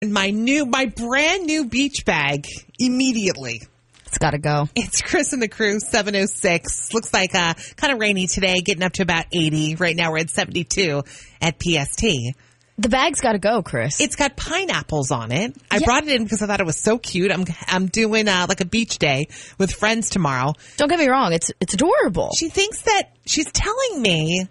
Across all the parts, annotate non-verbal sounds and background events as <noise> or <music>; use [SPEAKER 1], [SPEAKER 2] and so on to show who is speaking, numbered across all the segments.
[SPEAKER 1] in my new, my brand new beach bag immediately.
[SPEAKER 2] It's got to go.
[SPEAKER 1] It's Chris and the crew, 706. Looks like uh, kind of rainy today, getting up to about 80. Right now we're at 72 at PST.
[SPEAKER 2] The bag's got to go, Chris.
[SPEAKER 1] It's got pineapples on it. I brought it in because I thought it was so cute. I'm I'm doing uh, like a beach day with friends tomorrow.
[SPEAKER 2] Don't get me wrong. It's it's adorable.
[SPEAKER 1] She thinks that she's telling me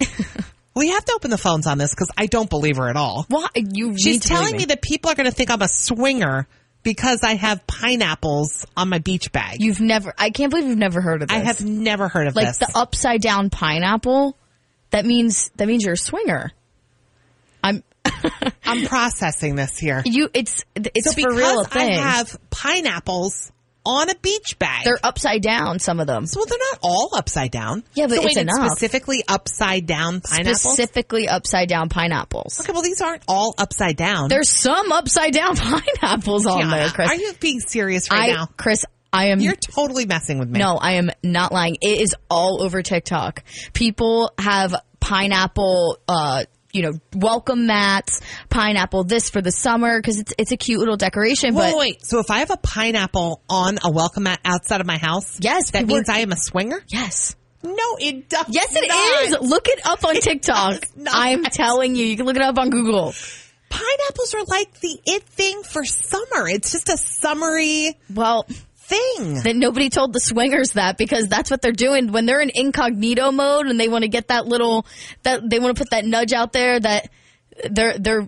[SPEAKER 1] we have to open the phones on this because I don't believe her at all.
[SPEAKER 2] Why you?
[SPEAKER 1] She's
[SPEAKER 2] need to
[SPEAKER 1] telling
[SPEAKER 2] believe
[SPEAKER 1] me. that people are going to think I'm a swinger because I have pineapples on my beach bag.
[SPEAKER 2] you've never. I can't believe you've never heard of this.
[SPEAKER 1] I have never heard of
[SPEAKER 2] like
[SPEAKER 1] this.
[SPEAKER 2] the upside down pineapple. That means that means you're a swinger. I'm
[SPEAKER 1] I'm processing this here.
[SPEAKER 2] you. It's
[SPEAKER 1] <laughs>
[SPEAKER 2] it's
[SPEAKER 1] So
[SPEAKER 2] for
[SPEAKER 1] because
[SPEAKER 2] real a
[SPEAKER 1] I
[SPEAKER 2] thing.
[SPEAKER 1] have pineapples on a beach bag.
[SPEAKER 2] They're upside down. Some of them.
[SPEAKER 1] well, they're not all upside down.
[SPEAKER 2] Yeah, but
[SPEAKER 1] so
[SPEAKER 2] it's
[SPEAKER 1] wait,
[SPEAKER 2] enough.
[SPEAKER 1] specifically upside down pineapples.
[SPEAKER 2] Specifically upside down pineapples.
[SPEAKER 1] Okay, well, these aren't all upside down.
[SPEAKER 2] There's some upside down <laughs> pineapples on
[SPEAKER 1] Tiana,
[SPEAKER 2] there, Chris.
[SPEAKER 1] Are you being serious
[SPEAKER 2] I,
[SPEAKER 1] right now?
[SPEAKER 2] Chris, I am
[SPEAKER 1] You're totally messing with me.
[SPEAKER 2] No, I am not lying. It is all over TikTok. People have pineapple, uh, you know, welcome mats, pineapple this for the summer because it's it's a cute little decoration.
[SPEAKER 1] Whoa,
[SPEAKER 2] but
[SPEAKER 1] wait. So if I have a pineapple on a welcome mat outside of my house,
[SPEAKER 2] Yes,
[SPEAKER 1] that
[SPEAKER 2] people
[SPEAKER 1] means
[SPEAKER 2] are-
[SPEAKER 1] I am a swinger.
[SPEAKER 2] yes,
[SPEAKER 1] No, it does.
[SPEAKER 2] yes, it
[SPEAKER 1] not.
[SPEAKER 2] is. Look it
[SPEAKER 1] <laughs>
[SPEAKER 2] up on TikTok.
[SPEAKER 1] does not.
[SPEAKER 2] I'm telling you, you can look it up on Google.
[SPEAKER 1] Pineapples are like the it thing for summer. It's just a summery
[SPEAKER 2] Well,
[SPEAKER 1] thing.
[SPEAKER 2] then nobody told the swingers that because that's what they're doing when they're in incognito mode and they want to get that little that they want to put that nudge out there that they're they're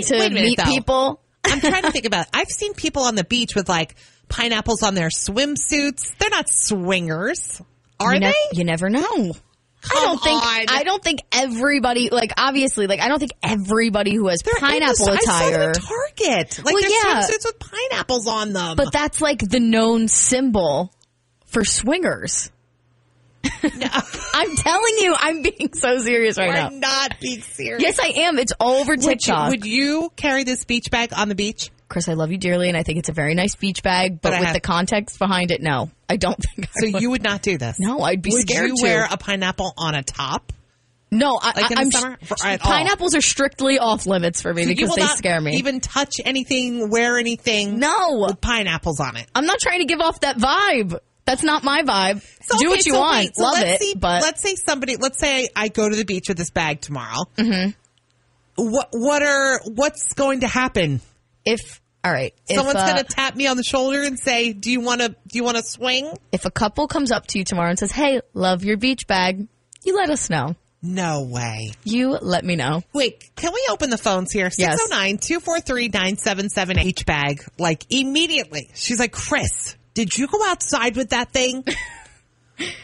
[SPEAKER 1] seen- wait
[SPEAKER 2] to
[SPEAKER 1] a minute,
[SPEAKER 2] meet
[SPEAKER 1] though.
[SPEAKER 2] people.
[SPEAKER 1] I'm trying to think about it. I've seen people on the beach with like pineapples on their swimsuits. They're not swingers, are
[SPEAKER 2] you
[SPEAKER 1] they?
[SPEAKER 2] nev- you never know. I
[SPEAKER 1] Come
[SPEAKER 2] don't think
[SPEAKER 1] on.
[SPEAKER 2] I don't think everybody like obviously like I don't think everybody who has
[SPEAKER 1] They're in the-
[SPEAKER 2] pineapple
[SPEAKER 1] I
[SPEAKER 2] attire.
[SPEAKER 1] saw them at Target. Like
[SPEAKER 2] Well,
[SPEAKER 1] their
[SPEAKER 2] yeah.
[SPEAKER 1] swimsuits with pineapples on them. <laughs>
[SPEAKER 2] But that's like the known symbol for swingers. I'm telling you, I'm being so serious right
[SPEAKER 1] we're
[SPEAKER 2] now.
[SPEAKER 1] not being serious.
[SPEAKER 2] Yes, I am. It's all over
[SPEAKER 1] would, you,
[SPEAKER 2] TikTok.
[SPEAKER 1] would you carry this beach bag on the beach?
[SPEAKER 2] Chris, I love you dearly, and I think it's a very nice beach bag. But,
[SPEAKER 1] But I
[SPEAKER 2] with
[SPEAKER 1] have-
[SPEAKER 2] the context behind it, no, I don't think. I
[SPEAKER 1] So
[SPEAKER 2] would.
[SPEAKER 1] you would not do this?
[SPEAKER 2] <laughs> No, I'd be
[SPEAKER 1] would
[SPEAKER 2] scared
[SPEAKER 1] you
[SPEAKER 2] to.
[SPEAKER 1] wear a pineapple on a top?
[SPEAKER 2] no, I,
[SPEAKER 1] like in the
[SPEAKER 2] am
[SPEAKER 1] summer? For- at all.
[SPEAKER 2] pineapples are strictly off limits for me
[SPEAKER 1] So you
[SPEAKER 2] because
[SPEAKER 1] will
[SPEAKER 2] they
[SPEAKER 1] not
[SPEAKER 2] scare me.
[SPEAKER 1] Even touch anything, wear anything?
[SPEAKER 2] no,
[SPEAKER 1] with pineapples on it.
[SPEAKER 2] I'm not trying to give off that vibe. That's not my vibe.
[SPEAKER 1] So,
[SPEAKER 2] Do
[SPEAKER 1] okay,
[SPEAKER 2] what you
[SPEAKER 1] so
[SPEAKER 2] want.
[SPEAKER 1] wait, so
[SPEAKER 2] Love
[SPEAKER 1] let's
[SPEAKER 2] it,
[SPEAKER 1] see-
[SPEAKER 2] but
[SPEAKER 1] let's say somebody. Let's say I go to the beach with this bag tomorrow.
[SPEAKER 2] Mm-hmm.
[SPEAKER 1] What what are what's going to happen?
[SPEAKER 2] if all right, if,
[SPEAKER 1] Someone's
[SPEAKER 2] uh,
[SPEAKER 1] going to tap me on the shoulder and say, "Do you want to? Do you want to swing?"
[SPEAKER 2] if a couple comes up to you tomorrow and says, "Hey, love your beach bag," you let us know.
[SPEAKER 1] No way.
[SPEAKER 2] You let me know.
[SPEAKER 1] Wait, can we open the phones here?
[SPEAKER 2] Yes.
[SPEAKER 1] 609-243-977 H bag like immediately. She's like, "Chris, did you go outside with that
[SPEAKER 2] <laughs>
[SPEAKER 1] thing?"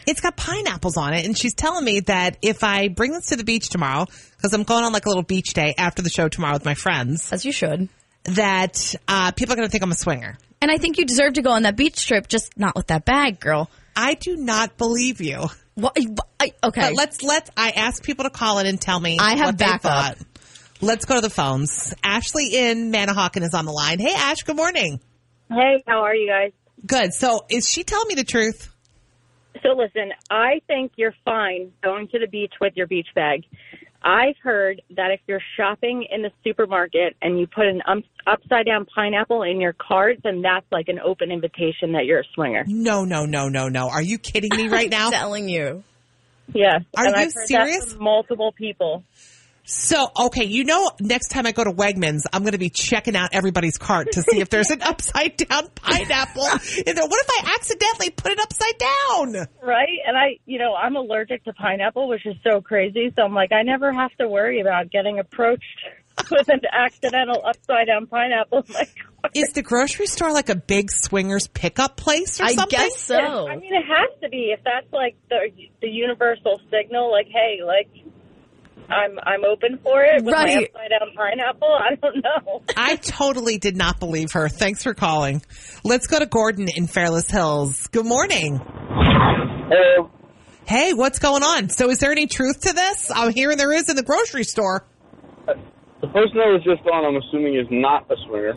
[SPEAKER 1] it's got pineapples on it and she's telling me that if I bring this to the beach tomorrow cuz I'm going on like a little beach day after the show tomorrow with my friends
[SPEAKER 2] As you should.
[SPEAKER 1] that uh, people are going to think I'm a swinger.
[SPEAKER 2] And I think you deserve to go on that beach trip, just not with that bag, girl.
[SPEAKER 1] I do not believe you.
[SPEAKER 2] What? I, okay.
[SPEAKER 1] But let's let I ask people to call in and tell me.
[SPEAKER 2] I have
[SPEAKER 1] what they
[SPEAKER 2] backup.
[SPEAKER 1] thought. Let's go to the phones. Ashley in Manahawkin is on the line. Hey, Ash. Good morning.
[SPEAKER 3] Hey, how are you guys?
[SPEAKER 1] Good. So, is she telling me the truth?
[SPEAKER 3] So listen, I think you're fine going to the beach with your beach bag. I've heard that if you're shopping in the supermarket and you put an um, upside down pineapple in your cart, then that's like an open invitation that you're a swinger.
[SPEAKER 1] No, no, no, no, no. Are you kidding me
[SPEAKER 2] <laughs>
[SPEAKER 1] right now?
[SPEAKER 2] I'm telling you.
[SPEAKER 3] Yes.
[SPEAKER 1] Are
[SPEAKER 3] and
[SPEAKER 1] you
[SPEAKER 3] I've heard
[SPEAKER 1] serious?
[SPEAKER 3] That from multiple people.
[SPEAKER 1] So, okay, you know, next time I go to Wegmans, I'm going to be checking out everybody's cart to see if there's
[SPEAKER 2] <laughs>
[SPEAKER 1] an upside down pineapple in there. What if I accidentally put it upside down?
[SPEAKER 3] Right? And I, you know, I'm allergic to pineapple, which is so crazy. So I'm like, I never have to worry about getting approached <laughs> with an accidental upside down pineapple in my cart.
[SPEAKER 1] Is the grocery store like a big swingers pickup place or
[SPEAKER 2] I
[SPEAKER 1] something?
[SPEAKER 2] guess so.
[SPEAKER 3] I mean, it has to be if that's like the the universal signal. Like, hey, like I'm I'm open for it with my
[SPEAKER 2] Right.
[SPEAKER 3] upside down pineapple. I don't know.
[SPEAKER 1] I totally did not believe her. Thanks for calling. Let's go to Gordon in Fairless Hills. Good morning.
[SPEAKER 4] Hello.
[SPEAKER 1] Hey, what's going on? So, is there any truth to this? I'm hearing there is in the grocery store.
[SPEAKER 4] The person that was just on, I'm assuming, is not a swinger.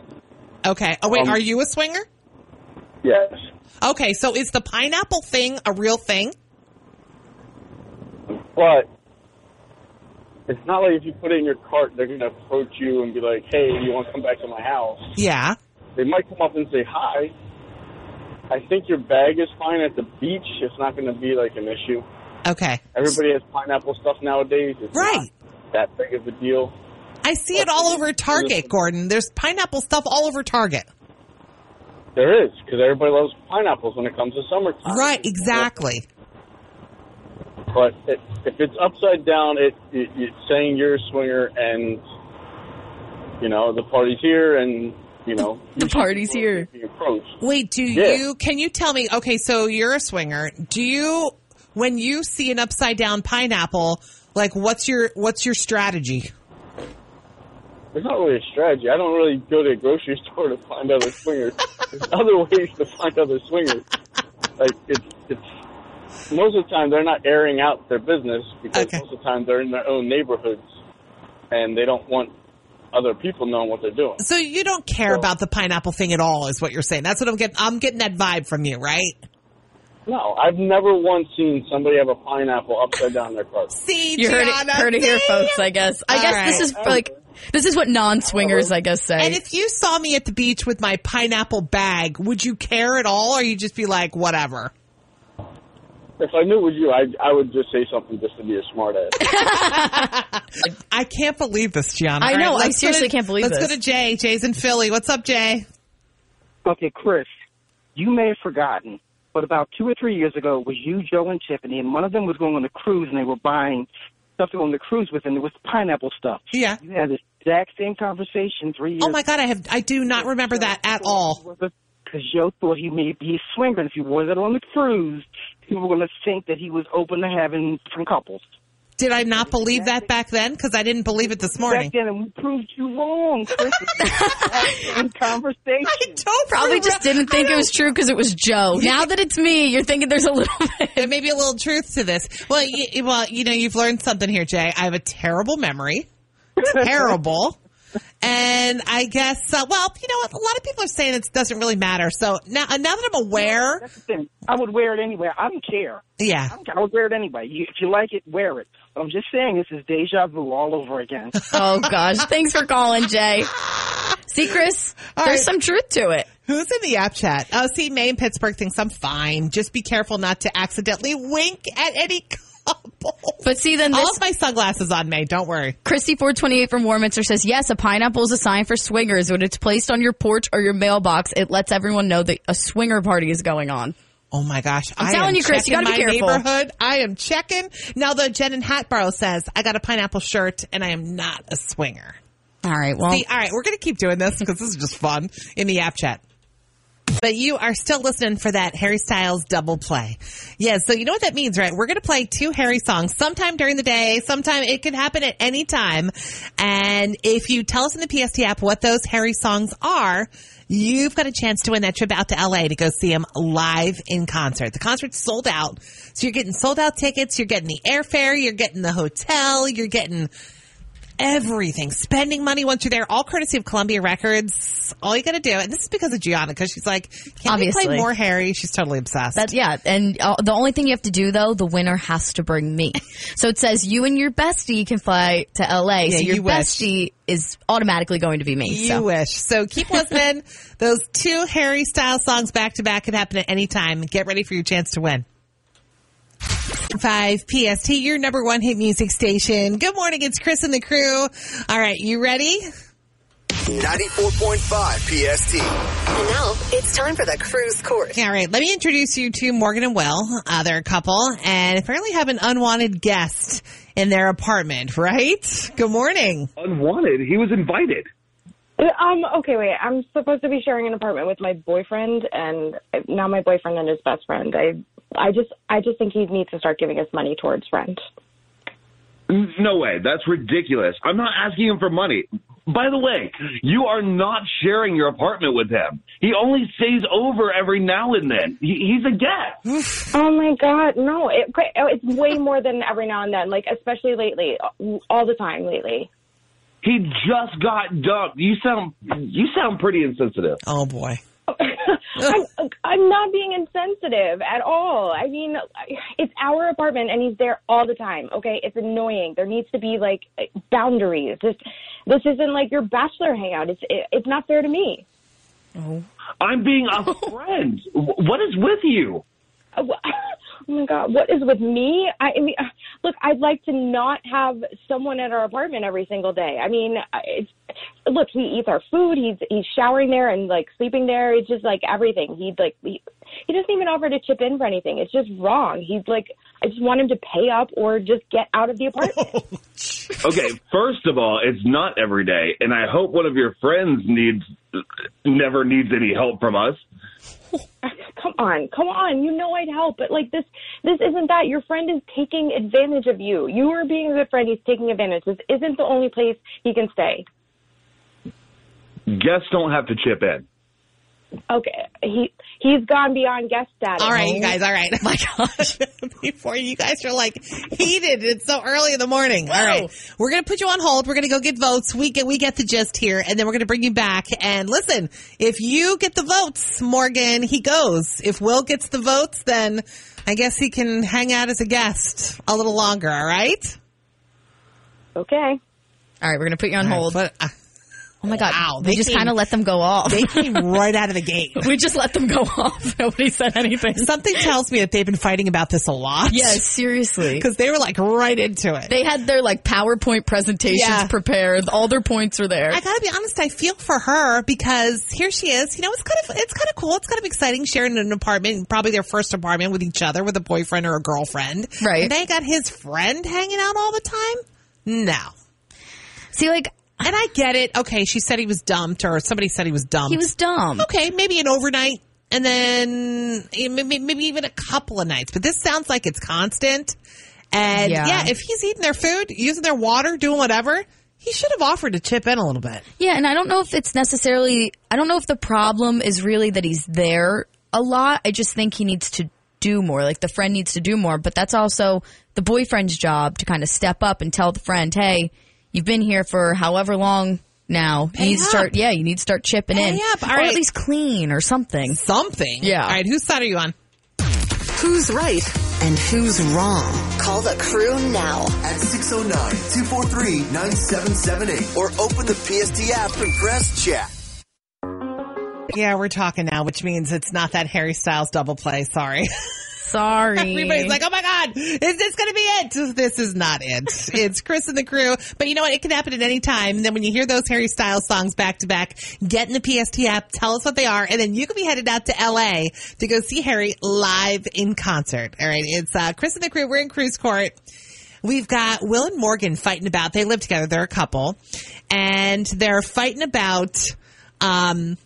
[SPEAKER 1] Okay. Oh, wait,
[SPEAKER 4] Um,
[SPEAKER 1] are you a swinger?
[SPEAKER 4] Yes.
[SPEAKER 1] Okay, so is the pineapple thing a real thing?
[SPEAKER 4] But it's not like if you put it in your cart, they're going to approach you and be like, hey, you want to come back to my house?
[SPEAKER 1] Yeah.
[SPEAKER 4] They might come up and say hi. I think your bag is fine at the beach. It's not going to be like an issue.
[SPEAKER 1] Okay.
[SPEAKER 4] Everybody has pineapple stuff nowadays. It's
[SPEAKER 1] Right.
[SPEAKER 4] not that big of a deal.
[SPEAKER 1] I see it all over Target, Gordon. There's pineapple stuff all over Target.
[SPEAKER 4] There is, because everybody loves pineapples when it comes to summertime.
[SPEAKER 1] Right, exactly.
[SPEAKER 4] But it, if it's upside down, it, it it's saying you're a swinger, and you know the party's here, and you know
[SPEAKER 2] <laughs> The
[SPEAKER 4] you should
[SPEAKER 2] party's
[SPEAKER 4] be
[SPEAKER 2] here.
[SPEAKER 4] approached.
[SPEAKER 1] Wait, do
[SPEAKER 4] Yeah.
[SPEAKER 1] you can you tell me okay, so you're a swinger. Do you when you see an upside down pineapple, like what's your what's your strategy?
[SPEAKER 4] It's not really a strategy. I don't really go to a grocery <laughs> store to find other swingers. There's
[SPEAKER 2] <laughs>
[SPEAKER 4] other ways to find other swingers. Like it's it's most of the time they're not airing out their business because
[SPEAKER 1] Okay.
[SPEAKER 4] most of the time they're in their own neighborhoods, and they don't want other people knowing what they're doing.
[SPEAKER 1] So you don't care
[SPEAKER 4] Well-
[SPEAKER 1] about the pineapple thing at all is what you're saying. That's what I'm getting I'm getting that vibe from you, right?
[SPEAKER 4] No, I've never once seen somebody have a pineapple upside down their cart.
[SPEAKER 1] See,
[SPEAKER 2] You heard it,
[SPEAKER 1] Gianna,
[SPEAKER 2] heard it here,
[SPEAKER 1] see?
[SPEAKER 2] folks. I guess. I
[SPEAKER 1] All
[SPEAKER 2] guess this
[SPEAKER 1] right.
[SPEAKER 2] is like this is what non-swingers, I guess, say.
[SPEAKER 1] And if you saw me at the beach with my pineapple bag, would you care at all or you just be like, whatever?
[SPEAKER 4] If I knew it was you, I I would just say something just to be a smart ass.
[SPEAKER 1] I can't believe this, Gianna.
[SPEAKER 2] I
[SPEAKER 1] All
[SPEAKER 2] know, I
[SPEAKER 1] let's go
[SPEAKER 2] seriously
[SPEAKER 1] to-
[SPEAKER 2] can't believe
[SPEAKER 1] Let's
[SPEAKER 2] this.
[SPEAKER 1] go to Jay. Jay's in Philly. What's up, Jay?
[SPEAKER 5] Okay, Chris, you may have forgotten, but about two or three years ago, it was you, Joe, and Tiffany, and one of them was going on a cruise, and they were buying stuff to go on the cruise with, and it was pineapple stuff.
[SPEAKER 1] Yeah.
[SPEAKER 5] You had the exact same conversation three years.
[SPEAKER 1] Oh my God, I have I do not remember that at all.
[SPEAKER 5] Because Joe thought he may be a swinger, and if he wore that on the cruise, people were going to think that he was open to having different couples.
[SPEAKER 1] Did I not believe that back then? Because I didn't believe it this morning.
[SPEAKER 5] Back then, and we proved you wrong, Chris. It's the exact same conversation.
[SPEAKER 1] <laughs> I don't
[SPEAKER 2] Probably just
[SPEAKER 1] remember-
[SPEAKER 2] didn't think it was true because it
[SPEAKER 1] <laughs>
[SPEAKER 2] was Joe. Now that it's me, you're thinking there's a little bit.
[SPEAKER 1] There may be a little truth to this. Well, you, well, you know, you've learned something here, Jay. I have a terrible memory, terrible, and I guess uh, well, you know, what? a lot of people are saying it doesn't really matter. So now, uh, now that I'm aware,
[SPEAKER 5] That's the thing. I would wear it anywhere. I don't care.
[SPEAKER 1] yeah,
[SPEAKER 5] I don't care. I would wear it anyway. You, if you like it, wear it. But I'm just saying, this is deja vu all over again.
[SPEAKER 2] Oh gosh, thanks for calling,
[SPEAKER 1] <laughs>
[SPEAKER 2] Jay. See, Chris,
[SPEAKER 1] All
[SPEAKER 2] there's
[SPEAKER 1] right.
[SPEAKER 2] some truth to it.
[SPEAKER 1] Who's in the app chat? Oh, see, May in Pittsburgh thinks I'm fine. Just be careful not to accidentally wink at any <laughs> couple.
[SPEAKER 2] But see, then
[SPEAKER 1] I'll
[SPEAKER 2] this
[SPEAKER 1] have my sunglasses on, May. Don't worry.
[SPEAKER 2] Christy four twenty eight from Warminster says yes. A pineapple is a sign for swingers. When it's placed on your porch or your mailbox, it lets everyone know that a swinger party is going on.
[SPEAKER 1] Oh my gosh! I'm
[SPEAKER 2] telling you, Chris, you gotta be careful.
[SPEAKER 1] Neighborhood, I am checking. Now though, Jen in Hatboro says I got a pineapple shirt and I am not a swinger.
[SPEAKER 2] All right, well,
[SPEAKER 1] See, all right, we're gonna keep doing this because this is just fun in the app chat. But you are still listening for that Harry Styles double play. Yeah, so you know what that means, right? We're going to play two Harry songs sometime during the day, sometime it can happen at any time. And if you tell us in the PST app what those Harry songs are, you've got a chance to win that trip out to LA to go see him live in concert. The concert's sold out. So you're getting sold out tickets, you're getting the airfare, you're getting the hotel, you're getting everything, spending money once you're there, all courtesy of Columbia Records. All you got to do, and this is because of Gianna, because she's like, can Obviously.
[SPEAKER 2] Obviously.
[SPEAKER 1] play more Harry? She's totally obsessed.
[SPEAKER 2] That, yeah, and uh, the only thing you have to do though, the winner has to bring
[SPEAKER 1] <laughs>
[SPEAKER 2] me. So it says you and your bestie can fly to LA. so your
[SPEAKER 1] you wish.
[SPEAKER 2] bestie is automatically going to be me.
[SPEAKER 1] you
[SPEAKER 2] so.
[SPEAKER 1] wish. So keep <laughs> listening. Those two Harry Styles songs back to back can happen at any time. Get ready for your chance to win. 5 PST, your number one hit music station. Good morning. It's Chris and the crew. All right. You ready?
[SPEAKER 6] 94.5 PST.
[SPEAKER 7] And now it's time for the cruise court.
[SPEAKER 1] All right, let me introduce you to Morgan and Will. Uh, they're a couple and apparently have an unwanted guest in their apartment, right? Good morning.
[SPEAKER 8] unwanted. He was invited.
[SPEAKER 9] Um, okay, wait. I'm supposed to be sharing an apartment with my boyfriend and now my boyfriend and his best friend. I I just I just think he needs to start giving us money towards rent.
[SPEAKER 8] No way. That's ridiculous. I'm not asking him for money. By the way, you are not sharing your apartment with him. He only stays over every now and then. He, he's a guest.
[SPEAKER 9] Oh my god, no. It oh, it's way more than every now and then, like especially lately, all the time lately.
[SPEAKER 8] He just got dumped. You sound you sound pretty insensitive.
[SPEAKER 1] Oh boy.
[SPEAKER 9] I'm, I'm not being insensitive at all. I mean, it's our apartment and he's there all the time. Okay, it's annoying. There needs to be like boundaries. This this isn't like your bachelor hangout. It's it, it's not fair to me.
[SPEAKER 8] I'm being a friend. W- What is with you?
[SPEAKER 9] Uh, wh- <laughs> Oh my god, what is with me? I, I mean, uh, look, I'd like to not have someone at our apartment every single day. I mean, I- it's, look, he eats our food. He's he's showering there and like sleeping there. It's just like everything. He'd like he, he doesn't even offer to chip in for anything. It's just wrong. He's like, I just want him to pay up or just get out of the apartment.
[SPEAKER 8] Okay, first of all, it's not every day, and I hope one of your friends needs never needs any help from us.
[SPEAKER 9] come on, come on. You know I'd help, but like this, this isn't that. Your friend is taking advantage of you. You are being a good friend. He's taking advantage. This isn't the only place he can stay.
[SPEAKER 8] Guests don't have to chip in.
[SPEAKER 9] Okay, he he's gone beyond guest status.
[SPEAKER 1] All right, you guys. All right. <laughs> Oh My gosh. Before you guys are like heated. It's so early in the morning. All right. We're going to put you on hold. We're going to go get votes. We get, we get the gist here and then we're going to bring you back. And listen, if you get the votes, Morgan, he goes. If Will gets the votes, then I guess he can hang out as a guest a little longer. All right.
[SPEAKER 9] Okay.
[SPEAKER 2] All right, we're gonna put you on hold.
[SPEAKER 1] But uh,
[SPEAKER 2] oh my god,
[SPEAKER 1] Wow,
[SPEAKER 2] we
[SPEAKER 1] they
[SPEAKER 2] just
[SPEAKER 1] came-
[SPEAKER 2] kind of let them go off.
[SPEAKER 1] they came right out of the gate.
[SPEAKER 2] <laughs> we just let them go off. <laughs> Nobody said anything.
[SPEAKER 1] Something tells me that they've been fighting about this a lot. <laughs>
[SPEAKER 2] Yeah, <laughs> seriously.
[SPEAKER 1] Because they were like right into it.
[SPEAKER 2] They had their like PowerPoint presentations
[SPEAKER 1] Yeah.
[SPEAKER 2] prepared. All their points are there.
[SPEAKER 1] I gotta be honest, I feel for her because here she is. You know, it's kind of it's kind of cool. It's kind of exciting sharing an apartment, probably their first apartment with each other, with a boyfriend or a girlfriend.
[SPEAKER 2] Right.
[SPEAKER 1] And they got his friend hanging out all the time. No.
[SPEAKER 2] See, like
[SPEAKER 1] And I get it. Okay, she said he was dumped, or somebody said he was dumped.
[SPEAKER 2] he was dumb.
[SPEAKER 1] okay. Maybe an overnight, and then eh, maybe, maybe even a couple of nights. But this sounds like it's constant. And
[SPEAKER 2] Yeah.
[SPEAKER 1] yeah, if he's eating their food, using their water, doing whatever, he should have offered to chip in a little bit.
[SPEAKER 2] Yeah, and I don't know if it's necessarily. I don't know if the problem is really that he's there a lot. I just think he needs to do more. Like the friend needs to do more, but that's also the boyfriend's job to kind of step up and tell the friend, "Hey, you've been here for however long." Now you
[SPEAKER 1] Pay
[SPEAKER 2] need to start.
[SPEAKER 1] up.
[SPEAKER 2] Yeah, you need to start chipping
[SPEAKER 1] Pay
[SPEAKER 2] in,
[SPEAKER 1] up. All
[SPEAKER 2] or
[SPEAKER 1] right.
[SPEAKER 2] at least clean or something.
[SPEAKER 1] something.
[SPEAKER 2] Yeah.
[SPEAKER 1] All right, whose side are you on?
[SPEAKER 7] Who's right and who's wrong? Call the crew now.
[SPEAKER 6] at 609-243-9778 or open the PST app and press chat.
[SPEAKER 1] Yeah, we're talking now, which means it's not that Harry Styles double play. Sorry. <laughs>
[SPEAKER 2] Sorry,
[SPEAKER 1] Everybody's like, oh my God, is this going to be it? This is not it. It's Chris and the crew. But you know what? It can happen at any time. And then when you hear those Harry Styles songs back to back, get in the PST app, tell us what they are, and then you can be headed out to LA to go see Harry live in concert. All right. It's uh, Chris and the crew. We're in Cruise Court. We've got Will and Morgan fighting about, they live together. They're a couple and they're fighting about, um,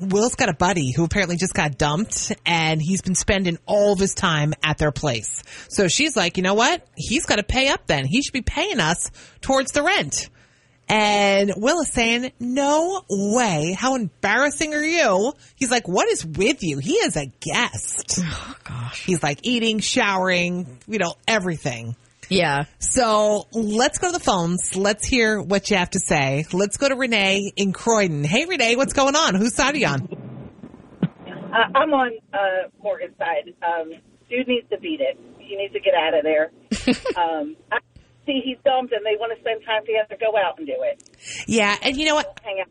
[SPEAKER 1] Will's got a buddy who apparently just got dumped and he's been spending all of his time at their place. So she's like, you know what? He's got to pay up then. He should be paying us towards the rent. And Will is saying, no way. How embarrassing are you? He's like, what is with you? He is a guest. <sighs> Oh gosh. He's like eating, showering, you know, everything.
[SPEAKER 2] yeah,
[SPEAKER 1] So let's go to the phones. Let's hear what you have to say. Let's go to Renee in Croydon. Hey, Renee, what's going on? Whose side are you on?
[SPEAKER 10] Uh, I'm on uh, Morgan's side. Um, dude needs to beat it. He needs to get out of there. um, I see he's dumped, and they want to spend time together. Go out and do it.
[SPEAKER 1] Yeah, and you know what?
[SPEAKER 10] Hang out.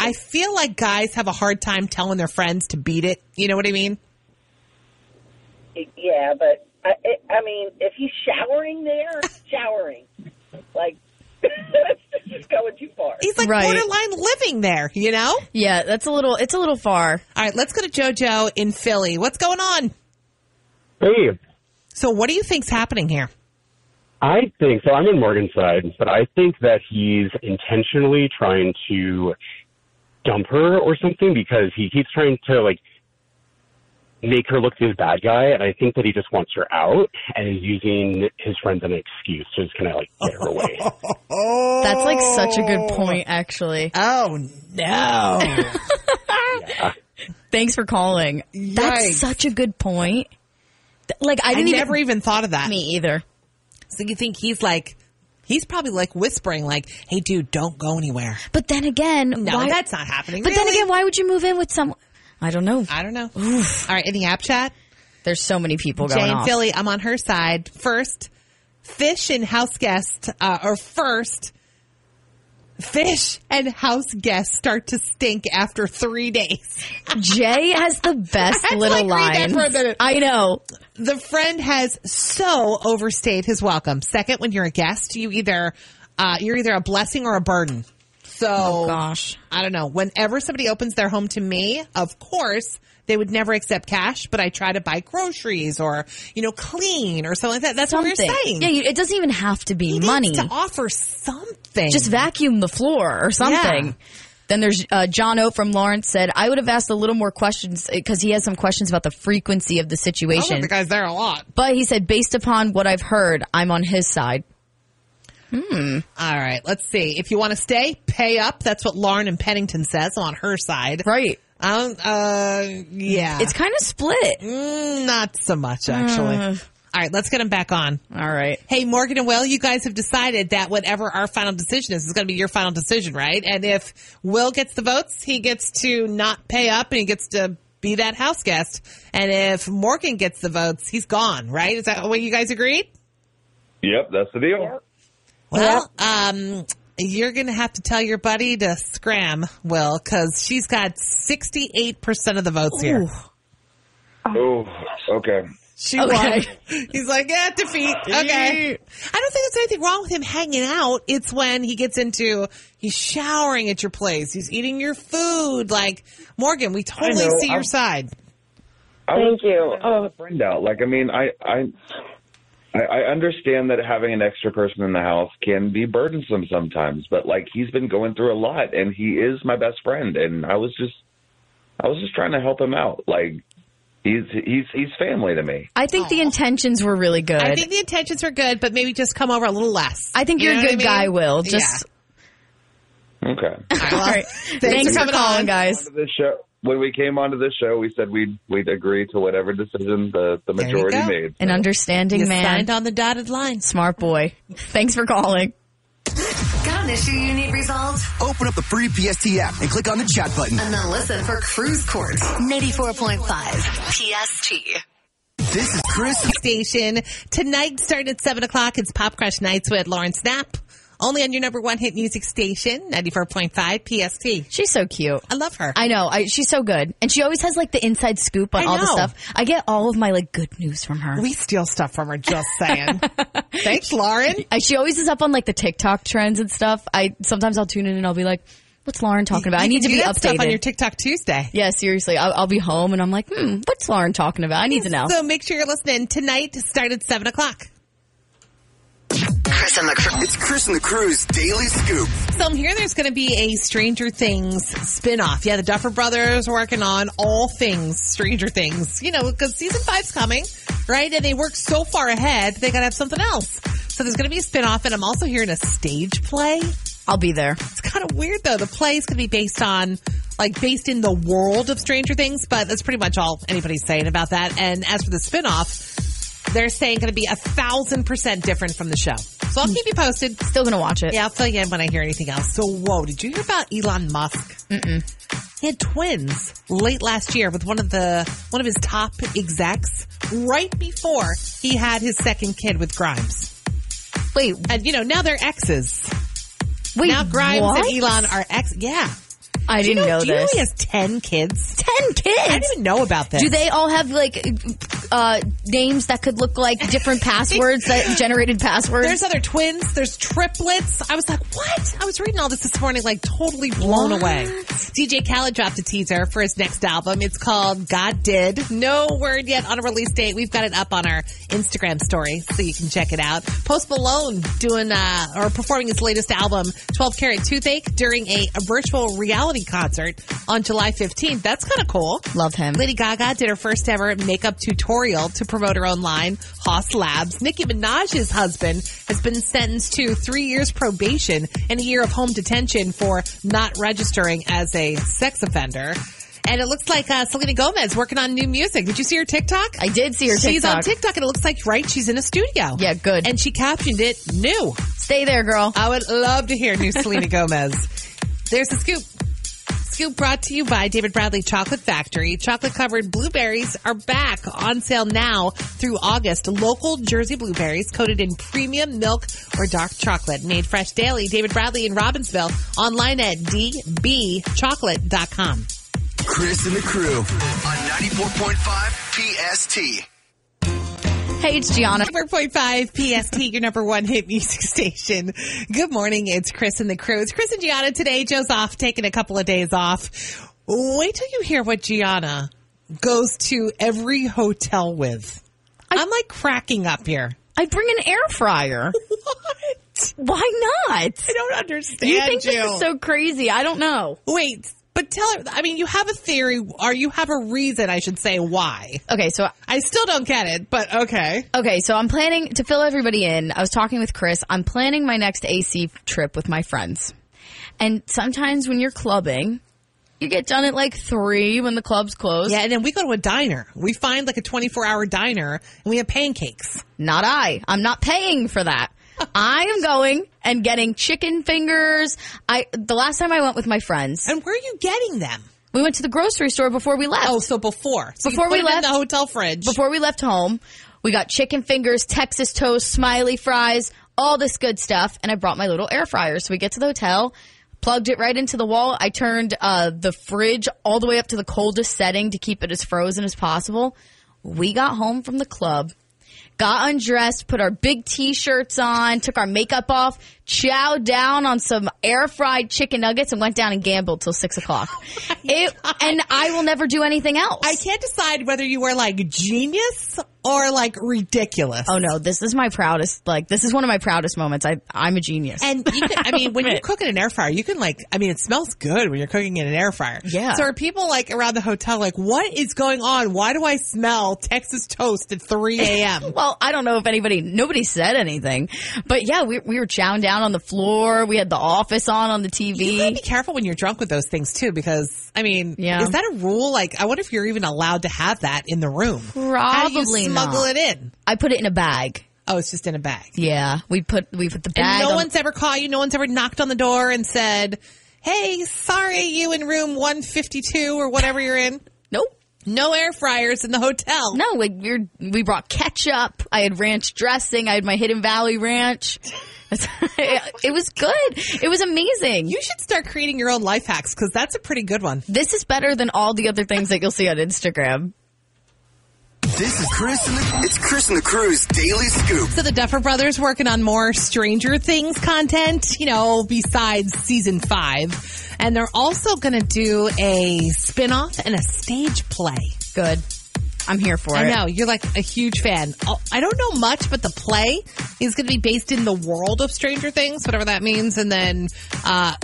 [SPEAKER 1] I feel like guys have a hard time telling their friends to beat it. You know what I mean?
[SPEAKER 10] Yeah, but I, it, I mean, if he's showering there, showering, like <laughs> that's just going too far.
[SPEAKER 1] He's like
[SPEAKER 2] Right.
[SPEAKER 1] borderline living there, you know? All
[SPEAKER 2] yeah. That's a little. It's a little far.
[SPEAKER 1] right, let's go to JoJo in Philly. What's going on?
[SPEAKER 11] Hey,
[SPEAKER 1] So, what do you think's happening here?
[SPEAKER 11] I think so. I'm on Morgan's side, but I think that he's intentionally trying to dump her or something because he keeps trying to like make her look this bad guy, and I think that he just wants her out and is using his friends as an excuse to just kind of like get her away.
[SPEAKER 2] That's like such a good point, actually.
[SPEAKER 1] Oh, <laughs> no.
[SPEAKER 2] Thanks for calling.
[SPEAKER 1] Yikes.
[SPEAKER 2] That's such a good point. Th- Like I
[SPEAKER 1] I
[SPEAKER 2] didn't even
[SPEAKER 1] never even thought of that.
[SPEAKER 2] me either.
[SPEAKER 1] So, you think he's like, he's probably like whispering, like, hey, dude, don't go anywhere.
[SPEAKER 2] But then again,
[SPEAKER 1] No,
[SPEAKER 2] why?
[SPEAKER 1] that's not happening.
[SPEAKER 2] but then
[SPEAKER 1] really.
[SPEAKER 2] again, why would you move in with someone? I don't know.
[SPEAKER 1] I don't know. All right, in the app chat,
[SPEAKER 2] there's so many people going
[SPEAKER 1] Jane
[SPEAKER 2] off.
[SPEAKER 1] Philly, I'm on her side. First, fish and house guest, uh, or first, fish and house guests start to stink after three days.
[SPEAKER 2] Jay
[SPEAKER 1] <laughs>
[SPEAKER 2] has the best little
[SPEAKER 1] Read that for a
[SPEAKER 2] lines.
[SPEAKER 1] minute.
[SPEAKER 2] I know.
[SPEAKER 1] The friend has so overstayed his welcome. Second, when you're a guest, you either uh, you're either a blessing or a burden. So,
[SPEAKER 2] Oh, gosh,
[SPEAKER 1] I don't know. Whenever somebody opens their home to me, of course they would never accept cash, but I try to buy groceries or you know clean or something like that. That's what
[SPEAKER 2] Something.
[SPEAKER 1] we're saying.
[SPEAKER 2] Yeah, you, it doesn't even have to be
[SPEAKER 1] He needs
[SPEAKER 2] money.
[SPEAKER 1] to offer something.
[SPEAKER 2] Just vacuum the floor or something.
[SPEAKER 1] Yeah.
[SPEAKER 2] Then there's uh, John O from Lawrence said, I would have asked a little more questions because he has some questions about the frequency of the
[SPEAKER 1] I
[SPEAKER 2] situation.
[SPEAKER 1] think the guy's there a lot.
[SPEAKER 2] But he said, based upon what I've heard, I'm on his side. Hmm.
[SPEAKER 1] All right, let's see. If you want to stay, pay up. That's what Lauren and Pennington says on her side.
[SPEAKER 2] Right.
[SPEAKER 1] Um. Uh. Yeah.
[SPEAKER 2] It's kind of split.
[SPEAKER 1] Mm, not so much, actually.
[SPEAKER 2] Uh.
[SPEAKER 1] All right, let's get them back on.
[SPEAKER 2] All right.
[SPEAKER 1] Hey, Morgan and Will, you guys have decided that whatever our final decision is, is going to be your final decision, right? And if Will gets the votes, he gets to not pay up and he gets to be that house guest. And if Morgan gets the votes, he's gone, right? Is that what you guys agreed?
[SPEAKER 8] Yep, that's the deal.
[SPEAKER 1] Well, um, you're going to have to tell your buddy to scram, Will, because she's got 68% of the votes here.
[SPEAKER 8] Oh, okay.
[SPEAKER 1] She won. <laughs> He's like, yeah, defeat. Okay. I don't think there's anything wrong with him hanging out. It's when he gets into, he's showering at your place. He's eating your food. Like, Morgan, we totally
[SPEAKER 8] know,
[SPEAKER 1] see your
[SPEAKER 8] I'm-
[SPEAKER 1] side.
[SPEAKER 8] Thank you. Oh, friend out. Like, I mean, I, I, I I understand that having an extra person in the house can be burdensome sometimes, but like, he's been going through a lot, and he is my best friend, and I was just, I was just trying to help him out. Like, he's he's he's family to me.
[SPEAKER 2] I think the intentions were really good.
[SPEAKER 1] I think the intentions are good, but maybe just come over a little less.
[SPEAKER 2] I think
[SPEAKER 1] You
[SPEAKER 2] you're
[SPEAKER 1] know
[SPEAKER 2] a
[SPEAKER 1] what I
[SPEAKER 2] good
[SPEAKER 1] mean?
[SPEAKER 2] guy, Will.
[SPEAKER 1] Yeah. <laughs>
[SPEAKER 2] Just
[SPEAKER 8] Okay.
[SPEAKER 2] all right. Thanks, for
[SPEAKER 1] coming
[SPEAKER 2] calling,
[SPEAKER 1] on.
[SPEAKER 2] guys.
[SPEAKER 8] This show. When we came onto this show, we said we'd we'd agree to whatever decision the, the
[SPEAKER 1] you
[SPEAKER 8] majority
[SPEAKER 1] go.
[SPEAKER 8] made.
[SPEAKER 2] An understanding
[SPEAKER 1] You
[SPEAKER 2] man.
[SPEAKER 1] signed on the dotted line.
[SPEAKER 2] Smart boy. Thanks for calling.
[SPEAKER 7] Got an issue you need resolved?
[SPEAKER 6] Open up the free PST app and click on the chat button.
[SPEAKER 7] And then listen for Cruise Court, 94.5 PST.
[SPEAKER 6] This is Chris.
[SPEAKER 1] station. Tonight, starting at 7 o'clock, it's Pop Crush Nights with Lauren Snap. Only on your number one hit music station, 94.5 PST.
[SPEAKER 2] She's so cute.
[SPEAKER 1] I love her.
[SPEAKER 2] I know. I, she's so good. And she always has like the inside scoop
[SPEAKER 1] I
[SPEAKER 2] on all the
[SPEAKER 1] know.
[SPEAKER 2] stuff. I get all of my like good news from her.
[SPEAKER 1] We steal stuff from her, just <laughs> saying. Thanks, Lauren.
[SPEAKER 2] I, she always is up on like the TikTok trends and stuff. I sometimes I'll tune in and I'll be like, "What's Lauren talking about?" I
[SPEAKER 1] You
[SPEAKER 2] need to
[SPEAKER 1] can
[SPEAKER 2] be
[SPEAKER 1] do that
[SPEAKER 2] updated.
[SPEAKER 1] stuff on your TikTok Tuesday.
[SPEAKER 2] yeah, seriously. I'll, I'll be home and I'm like, "Hmm, what's Lauren talking about?" I need to know.
[SPEAKER 1] So make sure you're listening tonight. Start at seven o'clock.
[SPEAKER 7] Chris and the Crew.
[SPEAKER 6] It's Chris and the Crew's Daily Scoop.
[SPEAKER 1] So I'm here. There's going to be a Stranger Things spinoff. Yeah, the Duffer Brothers are working on all things Stranger Things. You know, because season five's coming, right? And they work so far ahead, they got to have something else. So there's going to be a spinoff, and I'm also hearing a stage play.
[SPEAKER 2] I'll be there.
[SPEAKER 1] It's kind of weird though. The play is going to be based on, like, based in the world of Stranger Things, but that's pretty much all anybody's saying about that. And as for the spinoff, they're saying going to be a thousand percent different from the show. So I'll keep you posted.
[SPEAKER 2] Still gonna watch it.
[SPEAKER 1] Yeah, I'll fill you in when I hear anything else. So, whoa, did you hear about Elon Musk?
[SPEAKER 2] Mm-mm.
[SPEAKER 1] He had twins late last year with one of the one of his top execs right before he had his second kid with Grimes.
[SPEAKER 2] Wait,
[SPEAKER 1] And you know, now they're exes.
[SPEAKER 2] wait.
[SPEAKER 1] now Grimes
[SPEAKER 2] what?
[SPEAKER 1] and Elon are ex. Yeah.
[SPEAKER 2] I
[SPEAKER 1] Do
[SPEAKER 2] didn't
[SPEAKER 1] you know,
[SPEAKER 2] know
[SPEAKER 1] do you know
[SPEAKER 2] this.
[SPEAKER 1] he has 10 kids?
[SPEAKER 2] Ten kids.
[SPEAKER 1] I didn't even know about this.
[SPEAKER 2] Do they all have like uh, names that could look like
[SPEAKER 1] <laughs>
[SPEAKER 2] different passwords that generated passwords?
[SPEAKER 1] There's other twins. There's triplets. I was like, what? I was reading all this this morning, like totally blown
[SPEAKER 2] What?
[SPEAKER 1] away. DJ Khaled dropped a teaser for his next album. It's called God Did. No word yet on a release date. We've got it up on our Instagram story, so you can check it out. Post Malone doing uh, or performing his latest album, 12 Karat Toothache, during a, a virtual reality concert on July 15th. That's kind of cool.
[SPEAKER 2] Love him.
[SPEAKER 1] Lady Gaga did her first ever makeup tutorial to promote her own line, Haas Labs. Nicki Minaj's husband has been sentenced to three years probation and a year of home detention for not registering as a sex offender. And it looks like uh, Selena Gomez working on new music. Did you see her TikTok?
[SPEAKER 2] I did see her TikTok.
[SPEAKER 1] She's on TikTok and it looks like, right, she's in a studio.
[SPEAKER 2] Yeah, good.
[SPEAKER 1] And she captioned it new.
[SPEAKER 2] Stay there, girl.
[SPEAKER 1] I would love to hear new Selena Gomez. There's the scoop. Scoop brought to you by David Bradley Chocolate Factory. Chocolate covered blueberries are back on sale now through August. Local Jersey blueberries coated in premium milk or dark chocolate made fresh daily. David Bradley in Robbinsville online at dbchocolate.com.
[SPEAKER 6] Chris and the crew on 94.5 PST.
[SPEAKER 2] Hey, it's Gianna.
[SPEAKER 1] 4.5 PST, your number one hit music station. Good morning. It's Chris and the crew. It's Chris and Gianna today. Joe's off, taking a couple of days off. Wait till you hear what Gianna goes to every hotel with. I, am like cracking up here.
[SPEAKER 2] I bring an air
[SPEAKER 1] <laughs>
[SPEAKER 2] fryer. What? Why not? I
[SPEAKER 1] don't understand.
[SPEAKER 2] You think
[SPEAKER 1] you.
[SPEAKER 2] this is so crazy? I don't know.
[SPEAKER 1] Wait, but tell her, I mean, you have a theory, or you have a reason, I should say, why.
[SPEAKER 2] Okay, so
[SPEAKER 1] I still don't get it, but okay.
[SPEAKER 2] Okay, so I'm planning to fill everybody in. I was talking with Chris. I'm planning my next AC trip with my friends. And sometimes when you're clubbing, you get done at like three when the club's closed.
[SPEAKER 1] Yeah, and then we go to a diner. We find like a 24 hour diner and we have pancakes.
[SPEAKER 2] Not I. I'm not paying for that. I am going and getting chicken fingers. I the last time I went with my friends.
[SPEAKER 1] And where are you getting them?
[SPEAKER 2] We went to the grocery store before we left.
[SPEAKER 1] Oh, so before. So you
[SPEAKER 2] before
[SPEAKER 1] put
[SPEAKER 2] we
[SPEAKER 1] it in
[SPEAKER 2] left
[SPEAKER 1] the hotel fridge.
[SPEAKER 2] Before we left home, we got chicken fingers, Texas toast, smiley fries, all this good stuff, and I brought my little air fryer. So we get to the hotel, plugged it right into the wall. I turned uh, the fridge all the way up to the coldest setting to keep it as frozen as possible. We got home from the club, got undressed, put our big t-shirts on, took our makeup off, chowed down on some air fried chicken nuggets, and went down and gambled till six o'clock. it, and I will never do anything else.
[SPEAKER 1] I can't decide whether you were like genius or like ridiculous.
[SPEAKER 2] Oh no, this is my proudest. Like this is one of my proudest moments. I I'm a genius.
[SPEAKER 1] And you can, I mean, when <laughs> you cook in an air fryer, you can like, I mean, it smells good when you're cooking in an air fryer.
[SPEAKER 2] Yeah.
[SPEAKER 1] So are people like around the hotel like, what is going on? Why do I smell Texas toast at 3 a.m.?
[SPEAKER 2] well, I don't know if anybody, nobody said anything, but yeah, we we were chowing down on the floor. We had the office on on the
[SPEAKER 1] <laughs> You gotta
[SPEAKER 2] TV.
[SPEAKER 1] be careful when you're drunk with those things too, because I mean,
[SPEAKER 2] Yeah.
[SPEAKER 1] is that a rule? Like, I wonder if you're even allowed to have that in the room. How do you
[SPEAKER 2] Probably
[SPEAKER 1] smuggle it
[SPEAKER 2] not.
[SPEAKER 1] in?
[SPEAKER 2] I put it in a bag.
[SPEAKER 1] Oh, it's just in a bag.
[SPEAKER 2] Yeah, we put we put the
[SPEAKER 1] And
[SPEAKER 2] bag.
[SPEAKER 1] no
[SPEAKER 2] on-
[SPEAKER 1] one's ever called you. No one's ever knocked on the door and said, "Hey, sorry, you in room 152 or whatever you're in."
[SPEAKER 2] Nope.
[SPEAKER 1] No air fryers in the hotel.
[SPEAKER 2] no, we we're, we brought ketchup. I had ranch dressing. I had my Hidden Valley ranch. <laughs> it, it was good. It was amazing.
[SPEAKER 1] You should start creating your own life hacks because that's a pretty good one.
[SPEAKER 2] this is better than all the other things that you'll see on Instagram.
[SPEAKER 6] This is Chris and the It's Chris and the Crew's Daily Scoop.
[SPEAKER 1] So the Duffer Brothers working on more Stranger Things content, you know, besides season five. And they're also going to do a spin-off and a stage play.
[SPEAKER 2] Good. I'm here for
[SPEAKER 1] I
[SPEAKER 2] it.
[SPEAKER 1] know. You're like a huge fan. Oh, I don't know much, but the play is going to be based in the world of Stranger Things, whatever that means. And then, uh,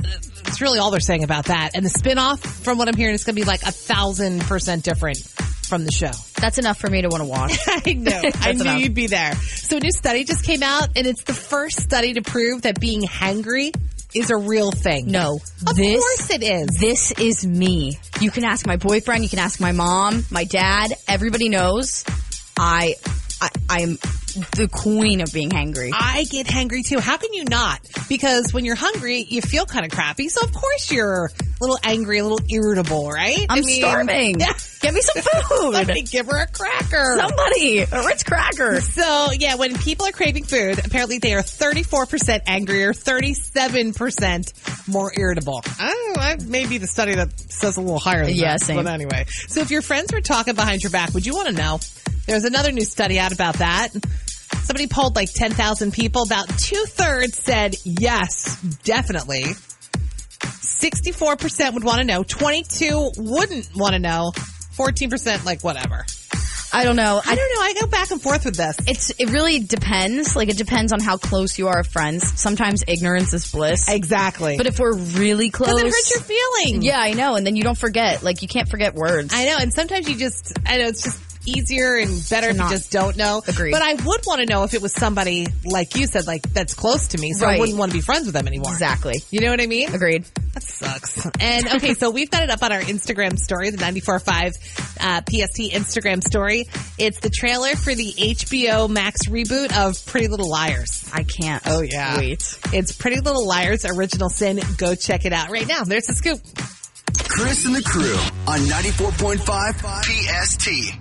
[SPEAKER 1] it's really all they're saying about that. And the spinoff, from what I'm hearing, is going to be like a thousand percent different from the show.
[SPEAKER 2] That's enough for me to want to <laughs> watch.
[SPEAKER 1] <laughs> I <laughs> know. I
[SPEAKER 2] That's
[SPEAKER 1] knew
[SPEAKER 2] enough.
[SPEAKER 1] you'd be there. So a new study just came out and it's the first study to prove that being hangry is a real thing.
[SPEAKER 2] No,
[SPEAKER 1] Of
[SPEAKER 2] this
[SPEAKER 1] course it is.
[SPEAKER 2] this is me. You can ask my boyfriend, you can ask my mom, my dad. Everybody knows I, I I'm the queen of being hangry.
[SPEAKER 1] I get hangry too. How can you not? Because when you're hungry, you feel kind of crappy. So of course you're a little angry, a little irritable, right?
[SPEAKER 2] I'm
[SPEAKER 1] I mean-
[SPEAKER 2] starving.
[SPEAKER 1] <laughs> Yeah.
[SPEAKER 2] Get me some
[SPEAKER 1] Somebody
[SPEAKER 2] food.
[SPEAKER 1] give her a cracker.
[SPEAKER 2] Somebody, a Ritz cracker.
[SPEAKER 1] So yeah, when people are craving food, apparently they are 34% angrier, 37% more irritable. I don't know, I- maybe the study that says a little higher than
[SPEAKER 2] Yeah,
[SPEAKER 1] that.
[SPEAKER 2] same.
[SPEAKER 1] But anyway, so if your friends were talking behind your back, would you want to know? There's another new study out about that. Somebody polled like 10,000 people. About two thirds said yes, definitely. 64% would want to know. 22 wouldn't want to know. 14% like whatever.
[SPEAKER 2] I don't know.
[SPEAKER 1] I
[SPEAKER 2] I,
[SPEAKER 1] don't know. I go back and forth with this.
[SPEAKER 2] it's it really depends. Like it depends on how close you are of friends. Sometimes ignorance is bliss.
[SPEAKER 1] Exactly.
[SPEAKER 2] but if we're really close,
[SPEAKER 1] Because it hurts your feelings.
[SPEAKER 2] yeah, I know. And then you don't forget. Like you can't forget words.
[SPEAKER 1] I know. And sometimes you just, I know it's just easier and better if you
[SPEAKER 2] not.
[SPEAKER 1] just don't know.
[SPEAKER 2] Agreed.
[SPEAKER 1] But I would want to know if it was somebody, like you said, like that's close to me. So I
[SPEAKER 2] Right.
[SPEAKER 1] wouldn't want to be friends with them anymore.
[SPEAKER 2] exactly.
[SPEAKER 1] You know what I mean?
[SPEAKER 2] Agreed.
[SPEAKER 1] That sucks. And okay, so we've got it up on our Instagram story, the 94.5 uh, PST Instagram story. It's the trailer for the HBO Max reboot of Pretty Little Liars.
[SPEAKER 2] I can't.
[SPEAKER 1] Oh, yeah.
[SPEAKER 2] Wait.
[SPEAKER 1] It's Pretty Little Liars Original Sin. Go check it out right now. There's the scoop.
[SPEAKER 6] Chris and the crew on 94.5 PST.